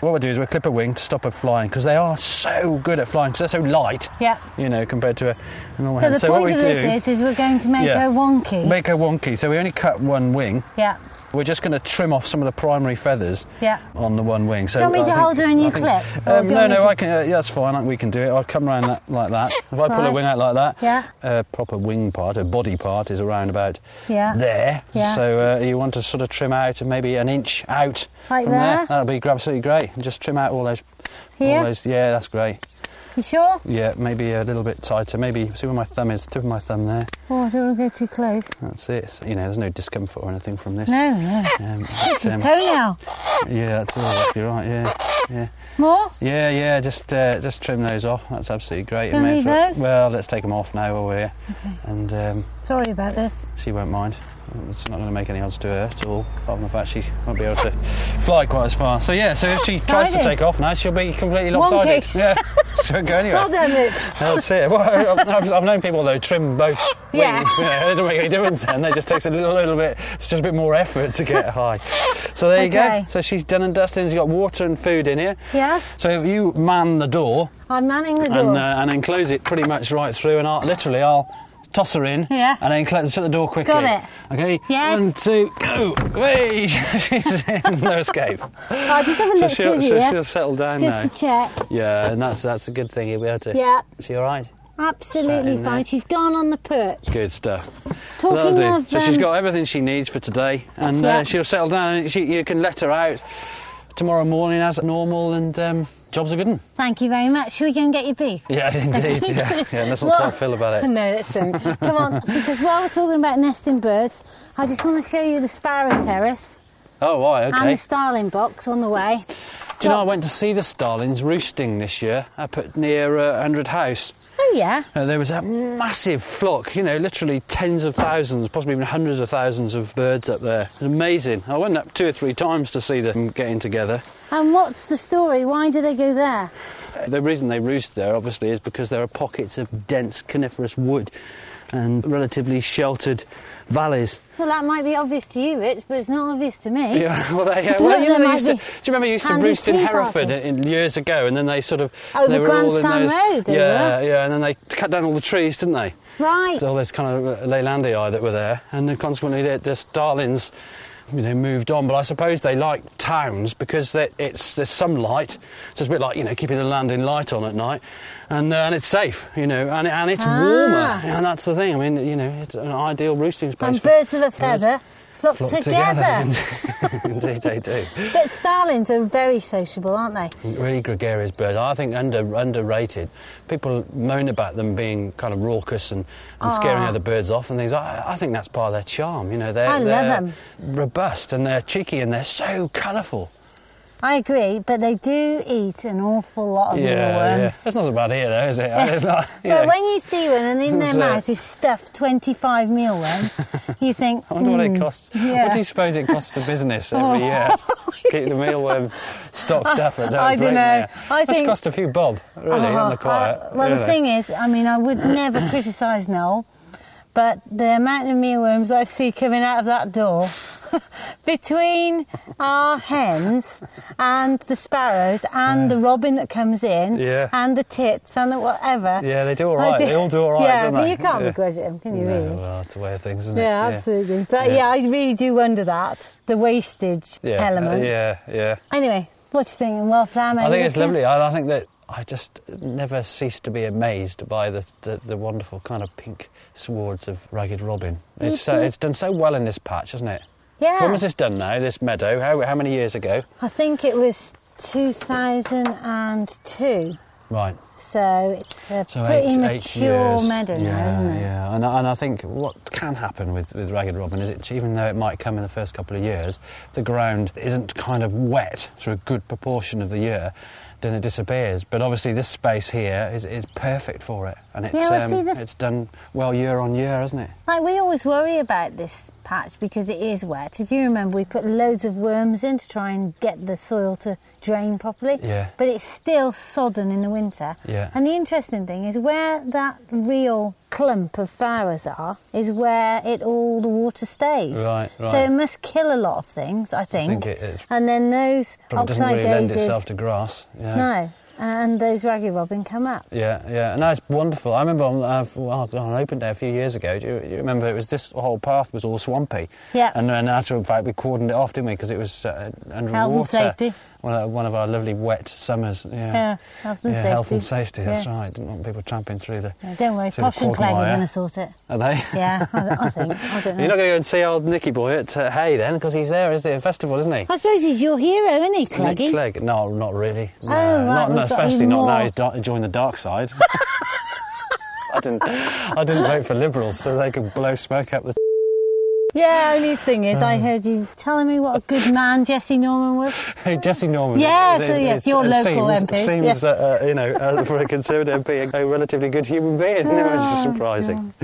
[SPEAKER 2] What we'll do is we'll clip her wing to stop her flying because they are so good at flying because they're so light.
[SPEAKER 1] Yeah.
[SPEAKER 2] You know, compared to a. normal
[SPEAKER 1] so
[SPEAKER 2] hen.
[SPEAKER 1] the
[SPEAKER 2] so what
[SPEAKER 1] point
[SPEAKER 2] we
[SPEAKER 1] of
[SPEAKER 2] do
[SPEAKER 1] this is, is we're going to make
[SPEAKER 2] Yeah.
[SPEAKER 1] her wonky.
[SPEAKER 2] make her wonky. So we only cut one wing.
[SPEAKER 1] yeah.
[SPEAKER 2] We're just going to trim off some of the primary feathers
[SPEAKER 1] Yeah.
[SPEAKER 2] on the one wing. So
[SPEAKER 1] Do you want me
[SPEAKER 2] I
[SPEAKER 1] to
[SPEAKER 2] think-
[SPEAKER 1] hold her and you
[SPEAKER 2] I think-
[SPEAKER 1] clip? Or
[SPEAKER 2] Um,
[SPEAKER 1] do you
[SPEAKER 2] no,
[SPEAKER 1] want me
[SPEAKER 2] no,
[SPEAKER 1] to-
[SPEAKER 2] I can. Uh, yeah, that's fine. I- we can do it. I'll come around that, like that. If I pull her
[SPEAKER 1] Right.
[SPEAKER 2] wing out like that,
[SPEAKER 1] Yeah.
[SPEAKER 2] a proper wing part, a body part, is around about
[SPEAKER 1] Yeah.
[SPEAKER 2] there.
[SPEAKER 1] Yeah.
[SPEAKER 2] So uh, you want to sort of trim out maybe an inch out
[SPEAKER 1] Like
[SPEAKER 2] from there.
[SPEAKER 1] there?
[SPEAKER 2] That'll be absolutely great. Just trim out all those.
[SPEAKER 1] Here?
[SPEAKER 2] All those, yeah, that's great.
[SPEAKER 1] You sure?
[SPEAKER 2] Yeah, maybe a little bit tighter. Maybe see where my thumb is. Tip of my thumb there.
[SPEAKER 1] Oh, I don't want to go too close.
[SPEAKER 2] That's it. So, you know, there's no discomfort or anything from this.
[SPEAKER 1] No, no.
[SPEAKER 2] Um,
[SPEAKER 1] This
[SPEAKER 2] but, um,
[SPEAKER 1] is toenail.
[SPEAKER 2] yeah, that's exactly right. Yeah, yeah.
[SPEAKER 1] More?
[SPEAKER 2] Yeah, yeah, just uh, just trim those off. That's absolutely great.
[SPEAKER 1] Gonna
[SPEAKER 2] May as
[SPEAKER 1] leave
[SPEAKER 2] well,
[SPEAKER 1] those?
[SPEAKER 2] well, let's take them off now while we're here, and um,
[SPEAKER 1] Sorry about this.
[SPEAKER 2] she won't mind. It's not going to make any odds to her at all, apart from the fact she won't be able to fly quite as far. So yeah, so if she tries to
[SPEAKER 1] Tidy.
[SPEAKER 2] take off now, she'll be completely lopsided.
[SPEAKER 1] Wonky.
[SPEAKER 2] Yeah, she won't go anywhere.
[SPEAKER 1] Well done, Rich.
[SPEAKER 2] That's it. Well, I've, I've known people though trim both wings.
[SPEAKER 1] Yeah.
[SPEAKER 2] Yeah, it doesn't make any difference, and it just takes a little, little bit. It's just a bit more effort to get high. So there you
[SPEAKER 1] Okay.
[SPEAKER 2] go. So she's done and dusted. and She's got water and food in here.
[SPEAKER 1] Yes?
[SPEAKER 2] So if you man the door
[SPEAKER 1] I'm manning the door.
[SPEAKER 2] and, uh, and then close it pretty much right through, and I'll, literally I'll toss her in
[SPEAKER 1] Yeah.
[SPEAKER 2] and then close, shut the door quickly.
[SPEAKER 1] Got it.
[SPEAKER 2] Okay.
[SPEAKER 1] Yes.
[SPEAKER 2] One, two, go. Hey, she's in. No escape.
[SPEAKER 1] I Oh, just have a
[SPEAKER 2] So
[SPEAKER 1] look
[SPEAKER 2] she'll,
[SPEAKER 1] through
[SPEAKER 2] so
[SPEAKER 1] here,
[SPEAKER 2] she'll settle down now.
[SPEAKER 1] just to check.
[SPEAKER 2] Yeah, and that's that's a good thing. You'll be able to.
[SPEAKER 1] Yeah,
[SPEAKER 2] Is she all right?
[SPEAKER 1] absolutely
[SPEAKER 2] in there.
[SPEAKER 1] fine. She's gone on the perch.
[SPEAKER 2] Good stuff.
[SPEAKER 1] Talking
[SPEAKER 2] That'll do.
[SPEAKER 1] of,
[SPEAKER 2] So she's
[SPEAKER 1] um,
[SPEAKER 2] got everything she needs for today, and
[SPEAKER 1] Yeah.
[SPEAKER 2] uh, she'll settle down. And she, you can let her out tomorrow morning as normal, and um, jobs are good. 'un.
[SPEAKER 1] Thank you very much. Shall we go and get your beef?
[SPEAKER 2] Yeah, indeed. yeah, yeah. Let's not
[SPEAKER 1] Well-
[SPEAKER 2] tell Phil about it.
[SPEAKER 1] No, listen. Come on, because while we're talking about nesting birds, I just want to show you the sparrow terrace
[SPEAKER 2] Oh, why?
[SPEAKER 1] and
[SPEAKER 2] Okay.
[SPEAKER 1] the starling box on the way.
[SPEAKER 2] Do you know I went to see the starlings roosting this year up at near uh, Hundred House.
[SPEAKER 1] Oh yeah,
[SPEAKER 2] Uh, there was a massive flock, you know, literally tens of thousands, possibly even hundreds of thousands of birds up there. It was amazing. I went up two or three times to see them getting together.
[SPEAKER 1] and what's the story? Why do they go there?
[SPEAKER 2] Uh, The reason they roost there, obviously, is because there are pockets of dense coniferous wood and relatively sheltered valleys.
[SPEAKER 1] Well, that might be obvious to you, Rich, but it's not obvious to me.
[SPEAKER 2] Yeah, well, they, yeah,
[SPEAKER 1] Well,
[SPEAKER 2] well, you
[SPEAKER 1] there
[SPEAKER 2] know, they
[SPEAKER 1] might
[SPEAKER 2] used to, do
[SPEAKER 1] be
[SPEAKER 2] you remember you used to
[SPEAKER 1] handy
[SPEAKER 2] roost in
[SPEAKER 1] tea
[SPEAKER 2] Hereford
[SPEAKER 1] party.
[SPEAKER 2] in, years ago, and then they sort of
[SPEAKER 1] Over
[SPEAKER 2] they were all in
[SPEAKER 1] Oh, Grandstand
[SPEAKER 2] those,
[SPEAKER 1] Road, they
[SPEAKER 2] yeah,
[SPEAKER 1] were.
[SPEAKER 2] yeah, and then they cut down all the trees, didn't they?
[SPEAKER 1] Right.
[SPEAKER 2] All those kind of Leylandii that were there, and then consequently the, the starlings, you know, moved on. But I suppose they like towns because they, it's there's some light, so it's a bit like you know keeping the land in light on at night, and uh, and it's safe, you know, and and it's
[SPEAKER 1] Ah.
[SPEAKER 2] warmer, and that's the thing. I mean, you know, it's an ideal roosting space.
[SPEAKER 1] and
[SPEAKER 2] for
[SPEAKER 1] birds of a feather flock,
[SPEAKER 2] flock
[SPEAKER 1] together.
[SPEAKER 2] together. Indeed, they do.
[SPEAKER 1] but starlings are very sociable, aren't they?
[SPEAKER 2] Really gregarious birds. I think under underrated. People moan about them being kind of raucous and, and scaring
[SPEAKER 1] Aw.
[SPEAKER 2] other birds off and things. I, I think that's part of their charm. You know, they're,
[SPEAKER 1] Ah. I love
[SPEAKER 2] they're
[SPEAKER 1] 'em.
[SPEAKER 2] robust and they're cheeky and they're so colourful.
[SPEAKER 1] I agree, but they do eat an awful lot of mealworms.
[SPEAKER 2] That's not so bad here, though, is it? It's not, you
[SPEAKER 1] But
[SPEAKER 2] know.
[SPEAKER 1] when you see one and in their
[SPEAKER 2] So-
[SPEAKER 1] mouth is stuffed 25 mealworms, you think,
[SPEAKER 2] I wonder what it
[SPEAKER 1] "Mm,
[SPEAKER 2] costs.
[SPEAKER 1] yeah."
[SPEAKER 2] What do you suppose it costs to business every year? keep the mealworms stocked up and don't
[SPEAKER 1] I
[SPEAKER 2] break
[SPEAKER 1] dunno.
[SPEAKER 2] me.
[SPEAKER 1] I
[SPEAKER 2] That's
[SPEAKER 1] think-
[SPEAKER 2] cost a few bob, really,
[SPEAKER 1] Oh,
[SPEAKER 2] on the quiet.
[SPEAKER 1] I- well, the
[SPEAKER 2] really.
[SPEAKER 1] thing is, I mean, I would never criticise Noel, but the amount of mealworms I see coming out of that door between our hens and the sparrows and the robin that comes in
[SPEAKER 2] Yeah.
[SPEAKER 1] and the tits and the whatever.
[SPEAKER 2] Yeah, they do all
[SPEAKER 1] I
[SPEAKER 2] right.
[SPEAKER 1] do-
[SPEAKER 2] They all do all right,
[SPEAKER 1] Yeah,
[SPEAKER 2] don't
[SPEAKER 1] but
[SPEAKER 2] they?
[SPEAKER 1] you can't
[SPEAKER 2] Yeah.
[SPEAKER 1] begrudge them, can you
[SPEAKER 2] No,
[SPEAKER 1] really?
[SPEAKER 2] well, that's the way of things, isn't it?
[SPEAKER 1] Yeah, absolutely. But
[SPEAKER 2] Yeah.
[SPEAKER 1] yeah. I really do wonder that the wastage
[SPEAKER 2] Yeah, uh,
[SPEAKER 1] element.
[SPEAKER 2] yeah, yeah.
[SPEAKER 1] Anyway, what do you think? Well, Flam,
[SPEAKER 2] I think it's
[SPEAKER 1] anything?
[SPEAKER 2] lovely, and I think that I just never cease to be amazed by the, the, the wonderful kind of pink swords of Ragged Robin. It's so, it's done so well in this patch, hasn't it?
[SPEAKER 1] Mm-hmm. Yeah.
[SPEAKER 2] When was this done now? This meadow? How how many years ago?
[SPEAKER 1] I think it was 2002.
[SPEAKER 2] Right.
[SPEAKER 1] So it's a
[SPEAKER 2] So
[SPEAKER 1] pretty
[SPEAKER 2] eight, eight
[SPEAKER 1] mature
[SPEAKER 2] years.
[SPEAKER 1] meadow
[SPEAKER 2] yeah,
[SPEAKER 1] now, isn't it?
[SPEAKER 2] Yeah, and I, and I think what can happen with, with Ragged Robin is it, even though it might come in the first couple of years, if the ground isn't kind of wet for a good proportion of the year, then it disappears. But obviously, this space here is, is perfect for it, and it's,
[SPEAKER 1] well, see,
[SPEAKER 2] um,
[SPEAKER 1] the-
[SPEAKER 2] it's done well year on year, isn't it?
[SPEAKER 1] Like we always worry about this patch because it is wet. If you remember, we put loads of worms in to try and get the soil to drain properly.
[SPEAKER 2] Yeah.
[SPEAKER 1] But it's still sodden in the winter.
[SPEAKER 2] Yeah.
[SPEAKER 1] And the interesting thing is where that real clump of flowers are is where it all the water stays.
[SPEAKER 2] Right,
[SPEAKER 1] So
[SPEAKER 2] right.
[SPEAKER 1] it must kill a lot of things, I think.
[SPEAKER 2] think it is.
[SPEAKER 1] And then those
[SPEAKER 2] Probably doesn't
[SPEAKER 1] oxide
[SPEAKER 2] really lend
[SPEAKER 1] daisies-
[SPEAKER 2] itself to grass. Yeah.
[SPEAKER 1] No. And those ragged robin come up.
[SPEAKER 2] Yeah, yeah, and that's wonderful. I remember on, uh, f- well, on Open Day a few years ago. Do you, you remember it was this whole path was all swampy?
[SPEAKER 1] Yeah.
[SPEAKER 2] And then after in fact we cordoned it off, didn't we? Because it was uh, under
[SPEAKER 1] Health and
[SPEAKER 2] water.
[SPEAKER 1] safety.
[SPEAKER 2] One of, one of our lovely wet summers. Yeah.
[SPEAKER 1] Yeah, health and
[SPEAKER 2] Yeah, health and
[SPEAKER 1] safety.
[SPEAKER 2] safety. That's
[SPEAKER 1] Yeah.
[SPEAKER 2] right. Didn't want people tramping through the.
[SPEAKER 1] No, don't worry,
[SPEAKER 2] through the
[SPEAKER 1] Posh and Clegg are
[SPEAKER 2] quagmire.
[SPEAKER 1] going to sort it.
[SPEAKER 2] Are they?
[SPEAKER 1] Yeah, I, I think. I don't know.
[SPEAKER 2] You're not going to go and see old Nicky boy at uh, Hay then, because he's there, isn't he? A festival, isn't he?
[SPEAKER 1] I suppose he's your hero, isn't he,
[SPEAKER 2] Nick
[SPEAKER 1] Cleggy? Oh,
[SPEAKER 2] Clegg. No, not really. No,
[SPEAKER 1] right,
[SPEAKER 2] not,
[SPEAKER 1] we've
[SPEAKER 2] no,
[SPEAKER 1] got
[SPEAKER 2] especially
[SPEAKER 1] even
[SPEAKER 2] not now
[SPEAKER 1] more.
[SPEAKER 2] he's da- joined the dark side. I didn't. I didn't vote for Liberals so they could blow smoke up the.
[SPEAKER 1] Yeah, only thing is,
[SPEAKER 2] Oh.
[SPEAKER 1] I heard you telling me what a good man Jesse Norman was.
[SPEAKER 2] Hey, Jesse Norman.
[SPEAKER 1] Yeah,
[SPEAKER 2] is- is-
[SPEAKER 1] so yes,
[SPEAKER 2] is-
[SPEAKER 1] your
[SPEAKER 2] it
[SPEAKER 1] local
[SPEAKER 2] seems,
[SPEAKER 1] MP,
[SPEAKER 2] Seems, uh, uh, you know, uh, for a Conservative MP, a relatively good human being, which is
[SPEAKER 1] Ah,
[SPEAKER 2] surprising.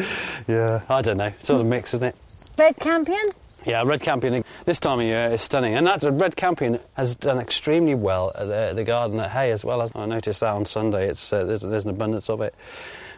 [SPEAKER 2] Yeah, I don't know. Sort of mix, isn't it?
[SPEAKER 1] Red Campion?
[SPEAKER 2] Yeah, red campion this time of year is stunning, and that red campion has done extremely well at uh, the garden at Hay as well. As I noticed that on Sunday, it's uh, there's, there's an abundance of it.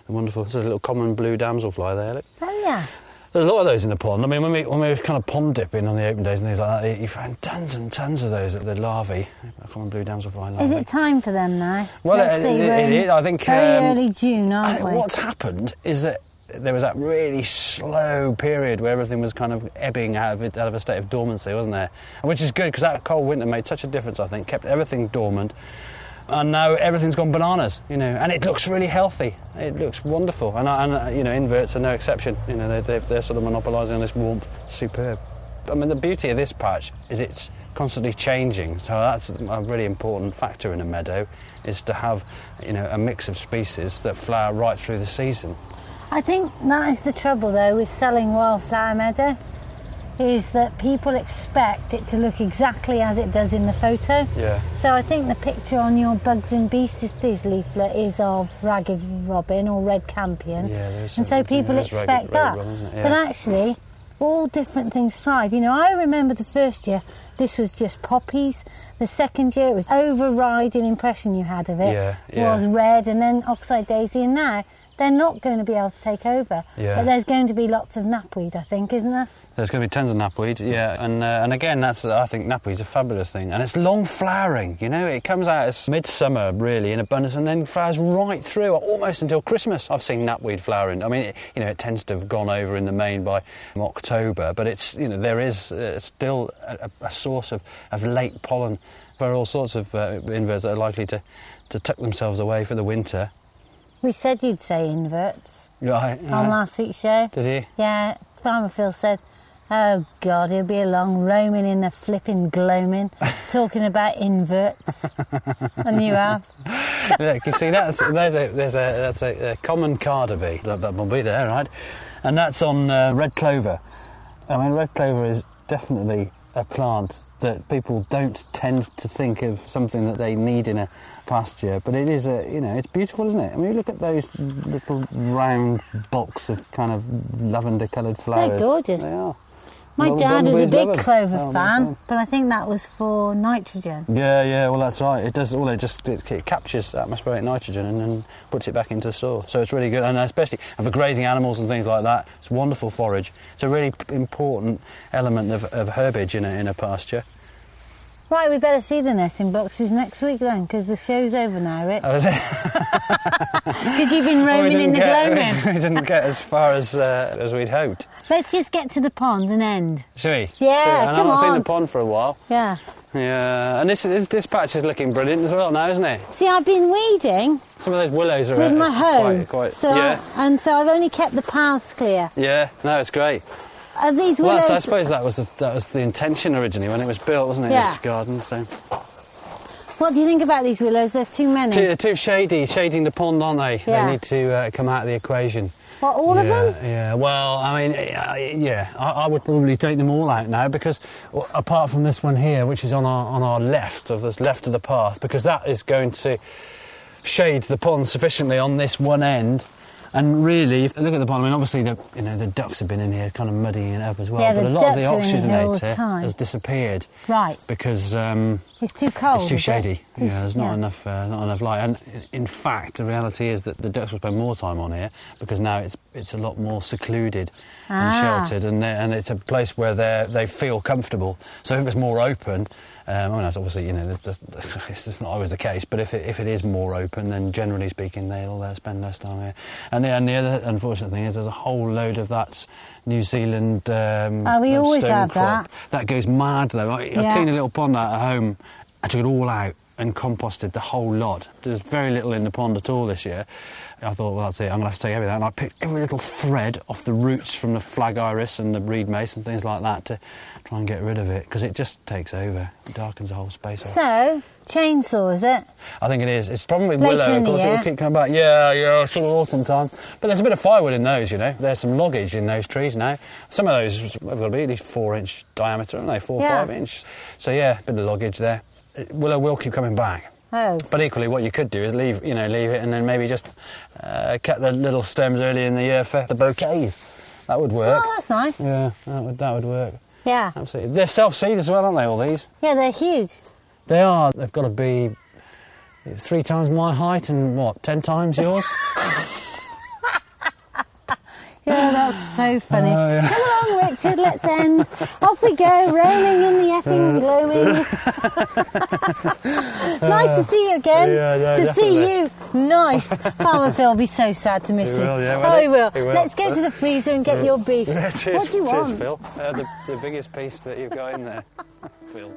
[SPEAKER 2] Wonderful. There's a little common blue damselfly there. Look.
[SPEAKER 1] Oh, yeah.
[SPEAKER 2] There's a lot of those in the pond. I mean, when we, when we were kind of pond dipping on the open days and things like that, you found tons and tons of those, the larvae, common blue damselfly larvae.
[SPEAKER 1] Is it time for them now?
[SPEAKER 2] Oh, Well,
[SPEAKER 1] Let's
[SPEAKER 2] it-
[SPEAKER 1] see,
[SPEAKER 2] it-
[SPEAKER 1] we're in
[SPEAKER 2] it is, I think,
[SPEAKER 1] Very
[SPEAKER 2] um,
[SPEAKER 1] early June,
[SPEAKER 2] I
[SPEAKER 1] aren't
[SPEAKER 2] think
[SPEAKER 1] we?
[SPEAKER 2] what's happened is that there was that really slow period where everything was kind of ebbing out of, it, out of a state of dormancy, wasn't there? Which is good because that cold winter made such a difference, I think, kept everything dormant. And now everything's gone bananas, you know, and it looks really healthy. It looks wonderful. And, I- and uh, you know, inverts are no exception. You know, they, they've, they're sort of monopolising this warmth. Superb. I mean, the beauty of this patch is it's constantly changing. So that's a really important factor in a meadow, is to have, you know, a mix of species that flower right through the season.
[SPEAKER 1] I think that is the trouble, though, with selling Wildflower Meadow, is that people expect it to look exactly as it does in the photo.
[SPEAKER 2] Yeah.
[SPEAKER 1] So I think the picture on your Bugs and Beasties leaflet is of Ragged Robin or Red Campion.
[SPEAKER 2] Yeah, there is
[SPEAKER 1] And so
[SPEAKER 2] something-
[SPEAKER 1] people
[SPEAKER 2] there is
[SPEAKER 1] expect
[SPEAKER 2] Ragged-
[SPEAKER 1] that.
[SPEAKER 2] Ragged Robin, isn't it?
[SPEAKER 1] But
[SPEAKER 2] Yeah.
[SPEAKER 1] actually, all different things thrive. You know, I remember the first year, this was just poppies. The second year, it was overriding impression you had of it
[SPEAKER 2] Yeah, yeah.
[SPEAKER 1] was red and then oxide daisy and now they're not going to be able to take over
[SPEAKER 2] Yeah.
[SPEAKER 1] but there's going to be lots of knapweed i think isn't there
[SPEAKER 2] There's going to be tons of knapweed, yeah, and uh, and again, that's I think knapweed's a fabulous thing, and it's long flowering. You know, it comes out as midsummer really in abundance, and then flowers right through almost until Christmas. I've seen knapweed flowering. I mean, it, you know, it tends to have gone over in the main by October, but it's you know there is uh, still a, a source of, of late pollen for all sorts of uh, inverts that are likely to to tuck themselves away for the winter.
[SPEAKER 1] we said you'd say inverts
[SPEAKER 2] Right.
[SPEAKER 1] on
[SPEAKER 2] yeah.
[SPEAKER 1] last week's show
[SPEAKER 2] Did he?
[SPEAKER 1] yeah farmer phil said oh god he'll be along roaming in the flipping gloaming talking about inverts and you have
[SPEAKER 2] Look, you see, that's there's a there's a that's a, a common carder bee that, that will be there, right? And that's on uh, red clover. I mean, red clover is definitely a plant that people don't tend to think of something that they need in a pasture, but it is a you know it's beautiful, isn't it? I mean, look at those little round box of kind of lavender-coloured flowers.
[SPEAKER 1] gorgeous.
[SPEAKER 2] They are.
[SPEAKER 1] My
[SPEAKER 3] Well,
[SPEAKER 1] dad was a
[SPEAKER 3] Bumblebee's
[SPEAKER 1] big
[SPEAKER 3] loving.
[SPEAKER 1] clover
[SPEAKER 3] Oh, nice
[SPEAKER 1] fan,
[SPEAKER 3] one.
[SPEAKER 1] but I think that was for nitrogen.
[SPEAKER 2] Yeah, yeah. Well, that's right. It does. Well, it just it, it captures atmospheric nitrogen and then puts it back into the soil. So it's really good, and especially and for grazing animals and things like that. It's wonderful forage. It's a really p- important element of, of herbage in a, in a pasture.
[SPEAKER 1] Right, we better see the nesting boxes next week then, because the show's over now, Rich.
[SPEAKER 2] I was-
[SPEAKER 1] Because you've been
[SPEAKER 2] we
[SPEAKER 1] roaming
[SPEAKER 2] Oh. didn't
[SPEAKER 1] in the
[SPEAKER 2] get-
[SPEAKER 1] gloaming.
[SPEAKER 2] We didn't get as far as uh, as we'd hoped.
[SPEAKER 1] Let's just get to the pond and end.
[SPEAKER 2] See?
[SPEAKER 1] Yeah,
[SPEAKER 2] and
[SPEAKER 1] come
[SPEAKER 2] I've not seen
[SPEAKER 1] on.
[SPEAKER 2] the pond for a while.
[SPEAKER 1] Yeah.
[SPEAKER 2] Yeah, and this is- this patch is looking brilliant as well now, isn't it?
[SPEAKER 1] See, I've been weeding
[SPEAKER 2] Some of those willows are
[SPEAKER 1] with
[SPEAKER 2] uh,
[SPEAKER 1] my hoe,
[SPEAKER 2] Quite, quite,
[SPEAKER 1] so
[SPEAKER 2] yeah,
[SPEAKER 1] and so I've only kept the paths clear.
[SPEAKER 2] yeah. No, it's great.
[SPEAKER 1] Of these
[SPEAKER 2] Well,
[SPEAKER 1] willows,
[SPEAKER 2] that's- I suppose that was the, that was the intention originally when it was built, wasn't it?
[SPEAKER 1] Yeah.
[SPEAKER 2] This garden thing.
[SPEAKER 1] what do you think about these willows? There's too many.
[SPEAKER 2] Too, too shady, shading the pond, aren't they?
[SPEAKER 1] Yeah.
[SPEAKER 2] They need to uh, come out of the equation.
[SPEAKER 1] what, all
[SPEAKER 2] yeah,
[SPEAKER 1] of them?
[SPEAKER 2] Yeah. Well, I mean, uh, yeah. I, I would probably take them all out now because, well, apart from this one here, which is on our on our left of this left of the path, because that is going to shade the pond sufficiently on this one end. And really, if you look at the pond, I mean, obviously the you know the ducks have been in here, kind of muddying it up as well.
[SPEAKER 1] Yeah,
[SPEAKER 2] but
[SPEAKER 1] the
[SPEAKER 2] a lot of the
[SPEAKER 1] ducks are in here all the
[SPEAKER 2] oxygenator
[SPEAKER 1] time.
[SPEAKER 2] has disappeared
[SPEAKER 1] Right.
[SPEAKER 2] because. Um,
[SPEAKER 1] It's too cold.
[SPEAKER 2] it's too
[SPEAKER 1] is it?
[SPEAKER 2] shady.
[SPEAKER 1] Oh, Too-
[SPEAKER 2] Yeah, there's not
[SPEAKER 1] yeah.
[SPEAKER 2] enough, uh, not enough light. And i- in fact, the reality is that the ducks will spend more time on here because now it's it's a lot more secluded and
[SPEAKER 1] Ah.
[SPEAKER 2] sheltered, and they're- and it's a place where they they feel comfortable. So if it's more open, um, I mean, that's obviously you know that- that's, it's just not always the case. But if it, if it is more open, then generally speaking, they'll uh, spend less time here. And the, and the other unfortunate thing is there's a whole load of that New Zealand. Um,
[SPEAKER 1] Oh, we
[SPEAKER 2] um,
[SPEAKER 1] always
[SPEAKER 2] stone
[SPEAKER 1] have
[SPEAKER 2] crop.
[SPEAKER 1] that.
[SPEAKER 2] That goes mad though. I, I
[SPEAKER 1] Yeah.
[SPEAKER 2] cleaned a little pond out at home. I took it all out and composted the whole lot. There's very little in the pond at all this year. I thought, well, that's it. I'm going to have to take everything. out. And I picked every little thread off the roots from the flag iris and the reed mace and things like that to try and get rid of it because it just takes over. It darkens the whole space. up.
[SPEAKER 1] So chainsaw is it?
[SPEAKER 2] I think it is. It's probably with
[SPEAKER 1] Later
[SPEAKER 2] willow.
[SPEAKER 1] in
[SPEAKER 2] Of
[SPEAKER 1] the
[SPEAKER 2] course, it
[SPEAKER 1] year.
[SPEAKER 2] will keep coming back. Yeah, yeah, sort of autumn time. But there's a bit of firewood in those, you know. There's some loggage in those trees now. Some of those have got to be at least four inch diameter, aren't they? Four,
[SPEAKER 1] Yeah.
[SPEAKER 2] five inch. So yeah, bit of loggage there. Uh, Willow will keep coming back.
[SPEAKER 1] Oh,
[SPEAKER 2] But equally, what you could do is leave, you know, leave it, and then maybe just uh, cut the little stems early in the year for the bouquets. That would work.
[SPEAKER 1] oh, that's nice.
[SPEAKER 2] Yeah, that would that would work.
[SPEAKER 1] Yeah,
[SPEAKER 2] Absolutely. They're self seed as well, aren't they? All these.
[SPEAKER 1] yeah, they're huge.
[SPEAKER 2] They are. They've got to be three times my height and what, ten times yours?
[SPEAKER 1] Yeah, that's so funny.
[SPEAKER 2] Oh, yeah.
[SPEAKER 1] Come on, Richard, let's end. Off we go, roaming in the effing gloaming. nice to see you again.
[SPEAKER 2] Uh. yeah, no,
[SPEAKER 1] to see
[SPEAKER 2] definitely.
[SPEAKER 1] you, nice. Farmer Phil will be so sad to miss
[SPEAKER 2] He
[SPEAKER 1] you.
[SPEAKER 2] will, yeah, won't
[SPEAKER 1] oh,
[SPEAKER 2] he?
[SPEAKER 1] he will.
[SPEAKER 2] He will.
[SPEAKER 1] Let's go to the freezer and get your beef.
[SPEAKER 2] cheers,
[SPEAKER 1] what do you want?
[SPEAKER 2] Phil. Uh, the, the biggest piece that you've got in there, Phil.